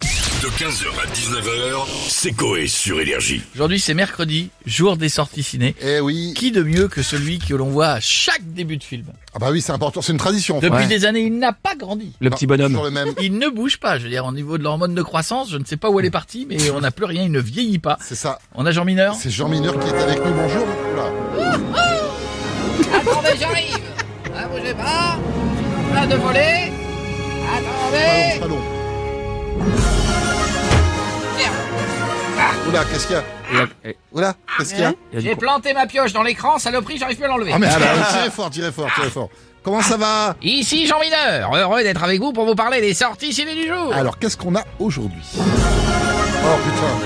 De 15h à 19h, c'est Coé sur Énergie. Aujourd'hui, c'est mercredi, jour des sorties ciné. Eh oui. Qui de mieux que celui que l'on voit à chaque début de film Ah bah oui, c'est important, c'est une tradition. Depuis Ouais. des années, il n'a pas grandi. Le Non, petit bonhomme. Toujours le même. Il ne bouge pas, je veux dire, au niveau de l'hormone de croissance, je ne sais pas où elle est partie, mais on n'a plus rien, il ne vieillit pas. C'est ça. On a Jean Mineur C'est Jean Mineur qui est avec nous. Bonjour. Oula. Attendez, j'arrive Ne bougez pas Plein de volets Pas long, Attendez pas long. Merde. Oula, qu'est-ce qu'il y a Eh, Oula, qu'est-ce qu'il y a il y a du J'ai con- planté ma pioche dans l'écran, saloperie, j'arrive plus à l'enlever Ah mais tirez fort, tirez fort, tirez fort. Comment ça va Ici Jean Mineur, heureux d'être avec vous pour vous parler des sorties ciné du jour Alors, qu'est-ce qu'on a aujourd'hui Oh putain.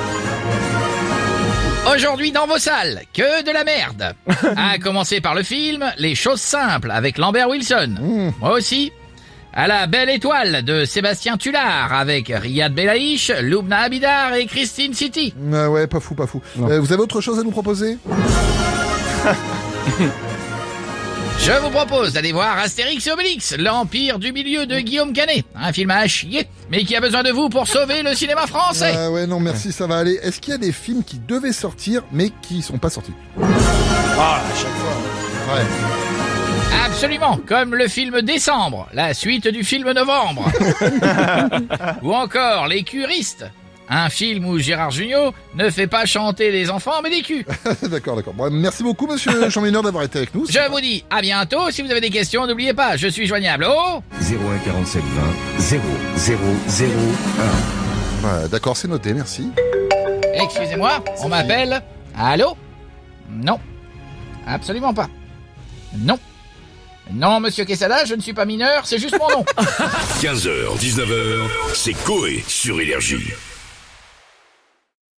Aujourd'hui dans vos salles, que de la merde À commencer par le film Les choses simples avec Lambert Wilson. Moi aussi. À la belle étoile de Sébastien Tullard avec Riyad Belaïch, Loubna Abidar et Christine City. Euh, ouais, pas fou, pas fou. Euh, vous avez autre chose à nous proposer Je vous propose d'aller voir Astérix et Obélix, l'Empire du Milieu de Guillaume Canet. Un film à chier, mais qui a besoin de vous pour sauver le cinéma français. Ah Ouais, non, merci, ça va aller. Est-ce qu'il y a des films qui devaient sortir mais qui sont pas sortis Ah, à chaque fois. Absolument, comme le film Décembre, la suite du film Novembre. Ou encore Les Curistes, un film où Gérard Jugnot ne fait pas chanter les enfants mais des culs. Ouais. d'accord, d'accord. Bon, merci beaucoup, monsieur Jean Mineur, d'avoir été avec nous. Je vous dis à bientôt, si vous avez des questions, n'oubliez pas, je suis joignable au... 01 47 20 0 0 0 1. Ouais, d'accord, c'est noté, merci. Excusez-moi, on m'appelle. Allô Non. Absolument pas. Non. Non, monsieur Quesada, je ne suis pas mineur, c'est juste mon nom. 15h, 19h, c'est Coé sur Énergie.